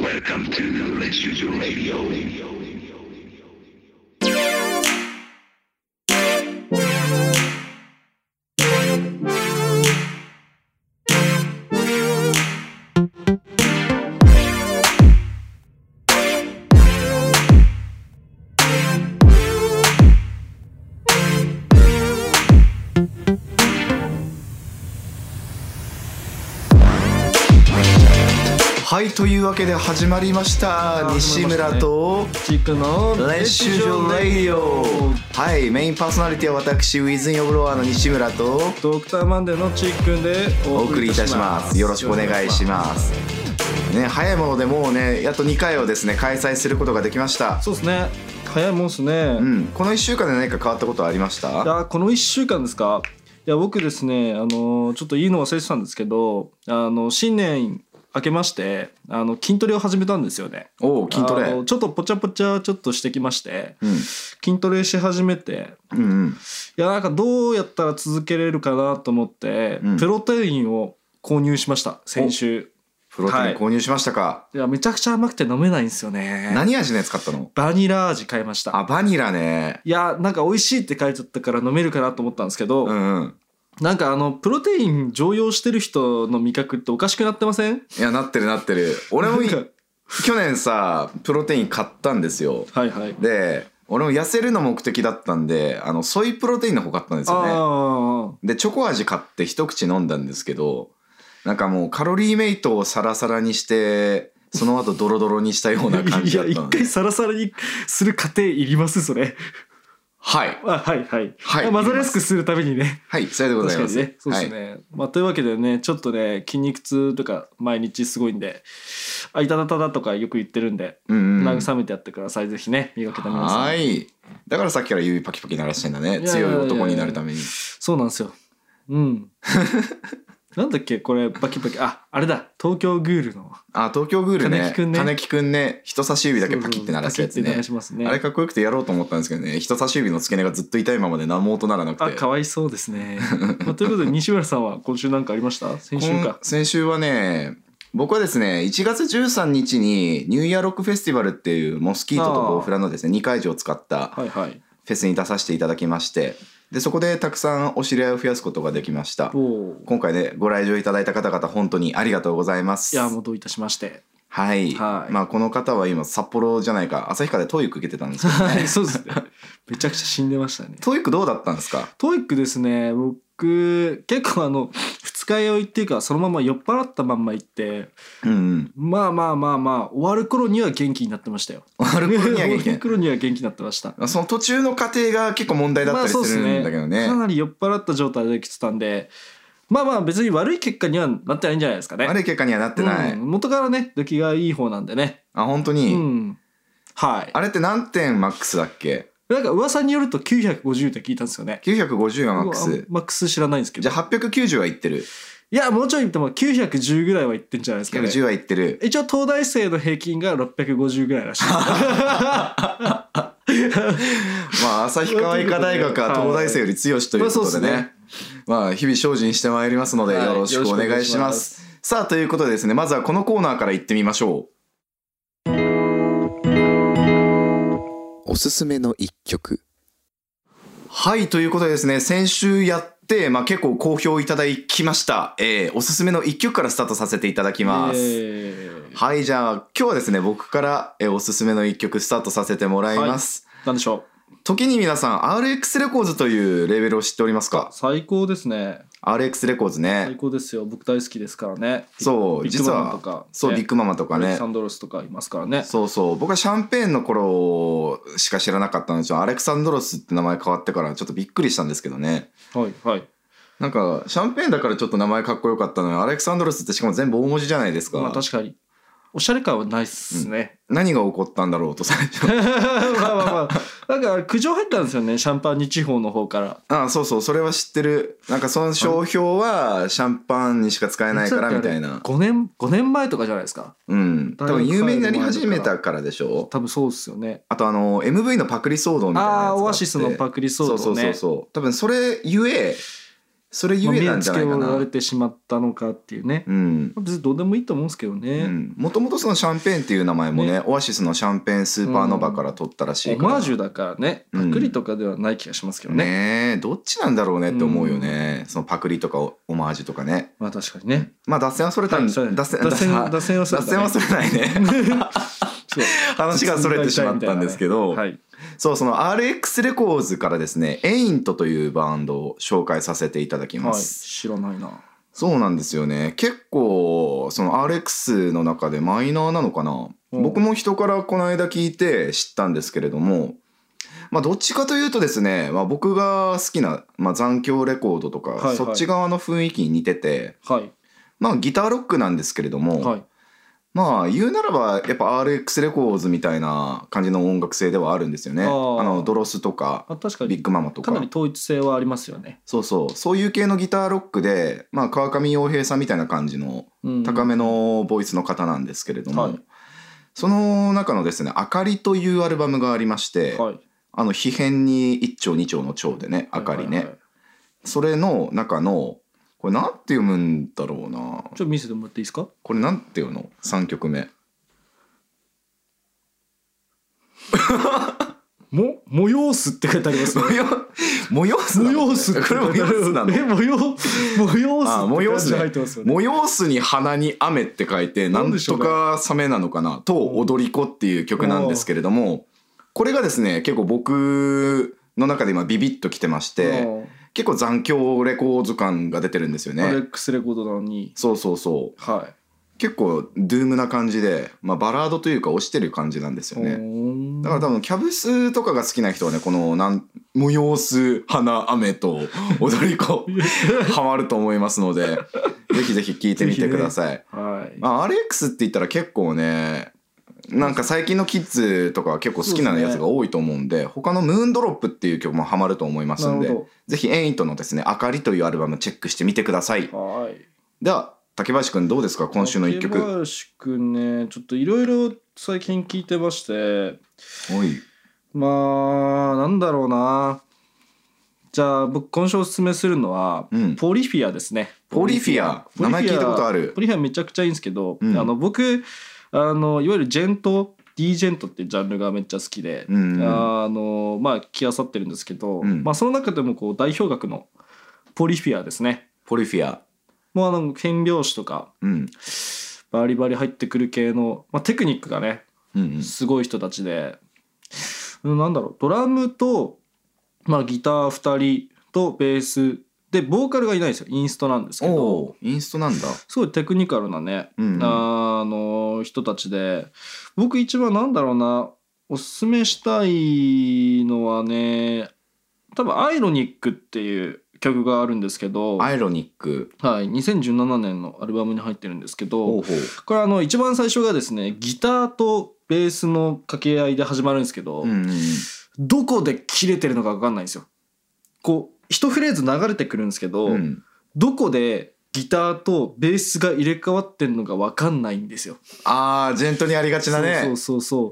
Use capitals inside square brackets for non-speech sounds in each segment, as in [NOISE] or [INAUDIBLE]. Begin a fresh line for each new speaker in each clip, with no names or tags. Welcome to Let's Use Your Radio.
はいというわけで始まりました
ー
西村と
チークの
練習場ラディオはいメインパーソナリティは私ウィズ・イン・オブ・ロワーの西村と
ドクターマンデーのチークンで
お送りいたしますよろしくお願いしますね早いものでもうねやっと2回をですね開催することができました
そうですね早いもんですね、
う
い
んこの1週間で何か変わったことはありました
やこの1週間ですかいや僕ですねあのちょっといいの忘れてたんですけどあの新年明けましてあの筋トレを始めたんですよね
おお筋トレ
あのちょっとぽちゃぽちゃちょっとしてきまして
うん
筋トレし始めて
うんうん
いやなんかどうやったら続けれるかなと思って、
うん
プロテインを購入しました先週
プロテイン
はい
購入しましたか、
いやめちゃくちゃ甘くて飲めないんですよね
何味のやつ買ったの
バニラ味買いまし
あ
た
バニラね
いやなんか美味しいって書いてあったから飲めるかなと思ったんですけど、
うんうん
なんかあのプロテイン常用してる人の味覚っておかしくなってません
いやなってるなってる俺もい
なんか
[LAUGHS] 去年さプロテイン買ったんですよ
はいはい
で俺も痩せるの目的だったんであのソイプロテインの方買ったんです
あ
よね
あ
でチョコ味買って一口飲んだんですけどなんかもうカロリーメイトをサラサラにしてその後ドロドロにしたような感
[LAUGHS] い
じだ
や
った
一
ので
回サラサラにする過程いりますそれ
はい
あはいはい、
はい
混ぜやすくするためにね
はいそれでござい
確か
ま
に
す
ねそうですね、まあ、というわけでねちょっとね筋肉痛とか毎日すごいんで「あいたたただ」とかよく言ってるんで、
うんうん
慰めてやってくださいぜひね磨けた皆さん
はいはいだからさっきから指パキパキ鳴らしてんだね
や
強い男になるために
そうなんですようん
[LAUGHS]
なんだっけこれバキバキああれだ東京グールの
あ東京グールね
金木くんね
金木くんね人差し指だけパキって鳴らすやつ
パキって鳴
ね
らしますね
あれかっこよくてやろうと思ったんですけどね人差し指の付け根がずっと痛いままで何も音ならなくて
あかわいそうです
[LAUGHS]
ね、まあ、ということで西村さんは今週なんかありました先週
今
か
先週はね僕はですね1月13日にニューイヤーロックフェスティバルっていうモスキートとボウフラのですね2会場を使った
はいはい
フェスに出させていただきましてでそこでたくさんお知り合いを増やすことができました
おお
今回ねご来場いただいた方々本当にありがとうございます
いやもうどういたしまして
はい、
はい
まあこの方は今札幌じゃないか旭川で TOEIC 受けてたんですけ
[LAUGHS]
ど
は
ね
いそうですねめちゃくちゃ死んでましたね
TOEIC どうだったんですか
トイックですね僕結構あの二日酔いっていうかそのまま酔っ払ったまんま行って
うんうん
まあまあまあまあ終わる頃には元気になってましたよ
アルコールには元気
終
な
わる
い
頃には元気になってました
その途中の過程が結構問題だったりするんだけどね,、
かなり酔っ払った状態で来てたんでまあまあ別に悪い結果にはなってないんじゃないですかね
悪い結果にはなってない、
うん元からね出来がいい方なんでね
あ本当に、
うんはい
あれって何点マックスだっけ
なんか噂によると950って聞いたんですよね
?950 がマック
僕は
ス。
マックス知らないんですけ
じ
ど
ゃあ890はいってる。
いやもうちょい言っても910ぐらいはいってんじゃないですかね
910はいってる。
一応東大生の平均が650ぐら
[LAUGHS]
いらしい
まあ、旭川医科大学は東大生より強しということで
まあ
ね。まあ、日々精進してまいりますので、
はい
よろしくお願いし
よろしくお願
ま。
いします
さあ、ということでですね、まずはこのコーナーから行ってみましょ
おすすめの一曲
う。はい、ということでですね、先週やって、まあ結構好評いただきました。えーおすすめの一曲からスタートさせていただきます。
えー
はい、じゃあ今日はですね、僕から、えーおすすめの一曲スタートさせてもらいます。
なんでしょ
時に皆さん RX レコーズというレーベルを知っております
う
か
最高ですね
RX レコーズ
最
ね
高ですよ僕大好きですからね
そう
ビッグ
実
マンと
は
か
そうビッグママとか
アレ
ね
クサンドロスとかいますからね
そうそう僕はシャンペーンの頃しか知らなかったのでちょっとアレクサンドロスって名前変わってからちょっとびっくりしたんですけどね
はいはい
なんかシャンペーンだからちょっと名前かっこよかったのにアレクサンドロスってしかも全部大文字じゃないですか,、
まあ確かにおしゃれ感はないっすね、
何が起こったんだろうと最
[LAUGHS]
初
まあまあまあなんか苦情入ったんですよねシャンパーニュ地方の方から
ああそうそうそれは知ってるなんかその商標はシャンパンにしか使えないからみたいな
5年5年前とかじゃないですか
うん多分有名になり始めたからでしょ
多分そうっすよね
あとあの MV のパクリ騒動みたいなやつが
ああ
って
ーオアシスのパクリ騒動ね
そうそうそうそう多分それゆえそれ
まあ
ゆえなんじゃないか
目つけら
な
れ。てしまったのかっていうね、
うん。
別にどうでもいいと思うんですけどね、
もともとそのシャンペーンっていう名前もね
ね
オアシスのシャンペーンスーパーノバから取ったらしい
オ
から、
マージュだからねパクリとかではない気がしますけどね、
ねえどっちなんだろうねって思うよね、そのパクリとかオオマージュとかね
まあ確かにね
まあ脱線はそれたん、
はいそれ
脱線
脱線
脱
脱線はそれた
脱
ね
線はそれない
[LAUGHS]
ね
そう
話 [LAUGHS] がそれてしまったんですけど、
はい
そうその RX レコーズからですねエイントというバンドを紹介させていただきま
はい
す、
知らないな
そうなんですよね結構その RX の中でマイナーなのかな、
うん
僕も人からこの間聞いて知ったんですけれどもまあどっちかというとですね、まあ、僕が好きな、まあ、残響レコードとか、
はいはい
そっち側の雰囲気に似てて
はい
まあギターロックなんですけれども、
はい
まあ言うならばやっぱ RX レコーズみたいな感じの音楽性ではあるんですよね。
あ
あ
ー
のドロスとか
あ確か
ビッ
に
グママと
か
か
なり統一性はありますよね、
そうそうそういう系のギターロックで、まあ、川上洋平さんみたいな感じの
うん
高めのボイスの方なんですけれども、
はい
その中のですね「あかり」というアルバムがありまして、
はい
あの「変に一丁二丁の丁」でね「あかりね」
はいはいはい
それの中のこれなんて読むんだろうな
ちょっと見せてもらっていいですか
これなんていうの3曲
[LAUGHS]
目
も催すって書いてありますね
[LAUGHS] 模様模様すなの
催すって
こ
書
れ
い
模
てあ
様
る
す
[LAUGHS]
なの
え模様
あ催
催
す
す
ね
って書いてますよね
模様巣に花に雨って書いてな
なんんでしょ
と
うね
かサメなのかなと踊り子っていう曲なんですけれどもこれがですね結構僕の中で今ビビッときてまして
うん
結構残響レコード感が出てるんですよ
アレ
ね
ックスレコードなのに
そうそうそう
はい
結構ドゥームな感じで、まあ、バラードというか押してる感じなんですよねだから多分キャブスとかが好きな人はねこのなん模様巣花雨と踊り子ハマると思いますのでぜひぜひ聴いてみてください、
[LAUGHS] はい、
まあ、RX って言ったら結構ねなんか最近のキッズとかは結構好きなやつが多いと思うんで他の「ムーンドロップ」っていう曲もハマると思いますん
な
で
るほ
ぜひエイトのですね「あかり」というアルバムチェックしてみてください
はい
では竹林くんどうですか今週の一
竹
曲
林くんねちょっといろいろ最近聞いてまして
おい
まあなんだろうなじゃあ僕今週おすすめするのは、
うん
ポリフィアですね
ポリフィア
ポリフィ
名
ア
前聞いたことある
ポリフィアめちゃくちゃいいんですけど、
うん
あの僕あのいわゆるジェント D ジェントっていうジャンルがめっちゃ好きで、
うんうん
あのまあ着あさってるんですけど、
うん
まあ、その中でもこう代表格のポリフィアですね
ポリフィア
もうあの剣拍子とか
うん
バリバリ入ってくる系の、まあ、テクニックがね
うんうん
すごい人たちで、うん、なんだろうドラムと、まあ、ギター2人とベースでボーカルがいないんですよインストなんですけ
お
ど
おインストなんだ
すごいテクニカルなね、
うんうん
あの人たちで僕一番なんだろうなおすすめしたいのはね多分「アイロニック」っていう曲があるんですけど、は
ア
い、
イロニック
2017年のアルバムに入ってるんですけど。
ほうほう
これあの一番最初がですねギターとベースの掛け合いで始まるんですけど、
うんうんうん
どこで切れてるのか分かんないんですよ。こう一フレーズ流れてくるんですけど、
うん
どこでギターとベースが入れ替わってんのか分かんないんですよ。
あージェントにありがちな
そ
ね
うそうそうそう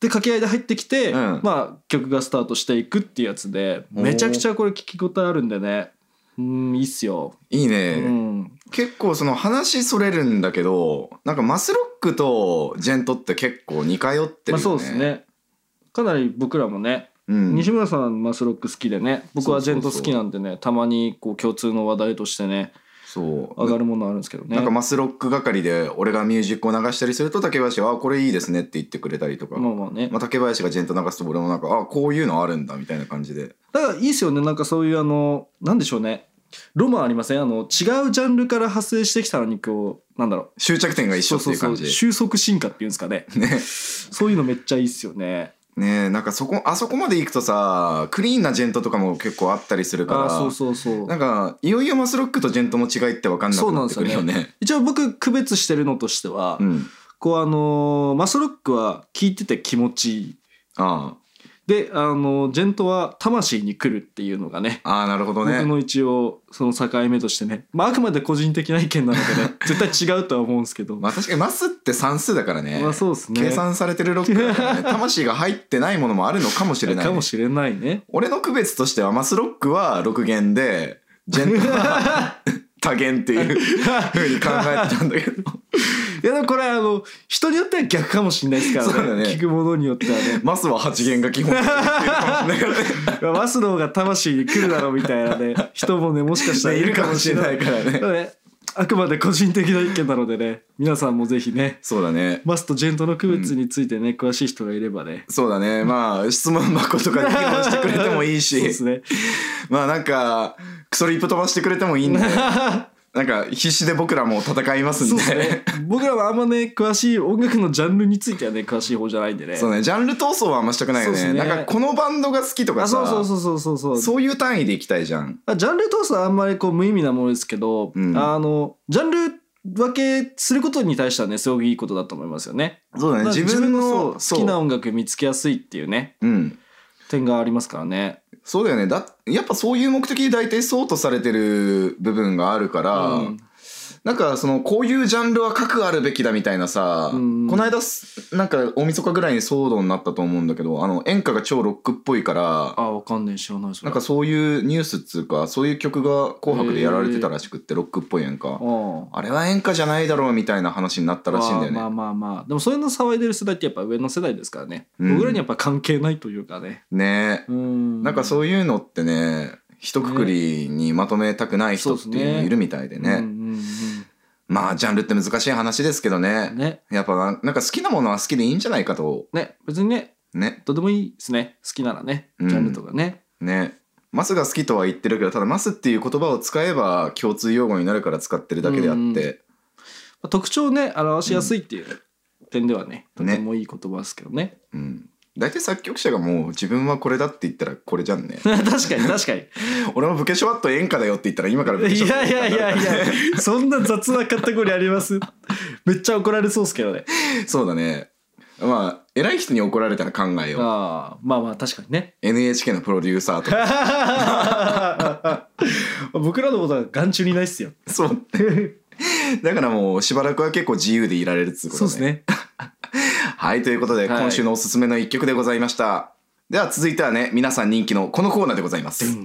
で掛け合いで入ってきて、
うん
まあ、曲がスタートしていくっていうやつで
おー
めちゃくちゃこれ聞き応えあるんでねうんいいっすよ。
いいうね
ん、
結構その話それるんだけどなんかマスロックとジェントって結構似通ってるよね、
まあそうです、ねかなり僕らもね
うん、
西村さんマスロック好きでね僕はジェント好きなんでねたまにこう共通の話題としてね
そう
上がるものあるんですけどね
なんかマスロック係で俺がミュージックを流したりすると竹林は「あこれいいですね」って言ってくれたりとか、
まあまあね
まあ、竹林がジェント流すと俺もなんか「あこういうのあるんだ」みたいな感じで
だからいいですよねなんかそういうあのなんでしょうねロマンありませんあの違うジャンルから派生してきたのにこうなんだろ
終着点が
う
一緒っていう感じ
収束進化っていうんですかね
ね
そういうのめっちゃいいっすよね
ねえなんかそこあそこまで行くとさクリーンなジェントとかも結構あったりするから
ああそうそうそう
なんかいよいよマスロックとジェントの違いって分かんな
そ
く
うな
なんっ
で
て
す
く
よ
る
ね
よね。
一応僕区別してるのとしては、
うん、
こうあのーマスロックは聴いてて気持ちいい
あ
であのジェントは魂に来るっていうのがね
あああなるほどね。
僕の一応その境目としてね、まあ、あくまで個人的な意見な
[LAUGHS]
のでね絶対違うとは思うんですけど、
まあ確かにマスって算数だからね。
まあそうですね
計算されてるロックだ
[LAUGHS]
からね。魂が入ってないものもあるのかもしれないね、
かもしれないね
俺の区別としてはマスロックは6弦で、ジ [LAUGHS]
[LAUGHS]
ェンダー多元っていうふうに考えてたんだけど
いやでもこれあの人によっては逆かもしれないですから
そうだね
ね聞くものによっては
[LAUGHS]
ね
マスは8弦が基本っていうかもしれないからね
マスの方が魂に来るだろうみたい
[LAUGHS]
なね人もねもしかしたらい
い
る
る
か
か
も
も
し
し
れ
れ
な
ないいからね
ただねあくまで個人的な意見なのでね皆さんもぜひね
そうだね
マスとジェントの区別についてね、詳しい人がいればね
そうだねまあ質問箱とかで議論してくれてもいい
[LAUGHS] そうで
し
すね
まあなんかクソリップ飛ばしてくれてもい
[LAUGHS]
いんでなんか必死で僕らも戦いますん
そう
で
ですね [LAUGHS] 僕らはあんまね詳しい音楽のジャンルについてはね詳しい方じゃないんでね
そうねジャンル闘争はあんましたくないよ
そうっ
ね
すね
なんかこのバンドが好きとか
あ
さ
そうそうそうそうそうそう
そういう単位でいきたいじゃん
ジャンル闘争はあんまりこう無意味なものですけど、
うん
あのジャンル分けすることに対してはねすごくいいことだと思いますよね。
そうだね
まあ
自分
そう
の
好きな音楽見つけやすいっていうね
うん
点がありますからね。
そうだよねだやっぱそういう目的で大体そうとされてる部分があるから、
うん
なんかそのこういうジャンルは核あるべきだみたいなさ、
うん
この間すなんか大晦日ぐらいに騒動になったと思うんだけどあの演歌が超ロックっぽいから
あわかんねえ知らないそれ。
なんかそういうニュースっつうかそういう曲が「紅白」でやられてたらしくってロックっぽい演歌
うん
あれは演歌じゃないだろうみたいな話になったらしいんだよね、
まあまあまあまあでもそういうの騒いでる世代ってやっぱ上の世代ですからね、
うん
僕らにやっぱ関係ないというかね。
ねえ
うん
なんか
う
そういうのってね一括りにまとめたくない人っていうのもいるみたいでね
んうん
まあジャンルって難しい話ですけど
う
ね
んね
やっぱななんか好きなものは好きでいいんじゃないかと
ね別にね
ね
どうでもいいですね好きならね
うん
ジャンルとかね。
ねマスが好きとは言ってるけどただマスっていう言葉を使えば共通用語になるから使ってるだけであっ
うん
て
まあ特徴をね表しやすいっていう点ではね、
ね
とてもいい言葉ですけどね [LAUGHS]
うん大体作曲者がもう自分はこれだって言ったらこれじゃんね
確かに確かに
俺もブケショワット演歌だよって言ったら今からブケショ
[LAUGHS] い
ワッ
や
ト
いやいやい
や
や [LAUGHS] そんな雑なカテゴリーありますめっちゃ怒られそうですけど [LAUGHS] ね
[LAUGHS] そうだねまあ偉い人に怒られたら考えよう
ああまあまあ確かに [LAUGHS] ね
NHK のプロデューサーと
[LAUGHS]
か
僕らのことは眼中にないっすよ
そうだからもうしばらくは結構自由でいられるっつうこと
そうですね
[LAUGHS] はい、ということで、
はい
今週のおすすめの一曲でございました。では続いてはね、皆さん人気のこのコーナーでございます。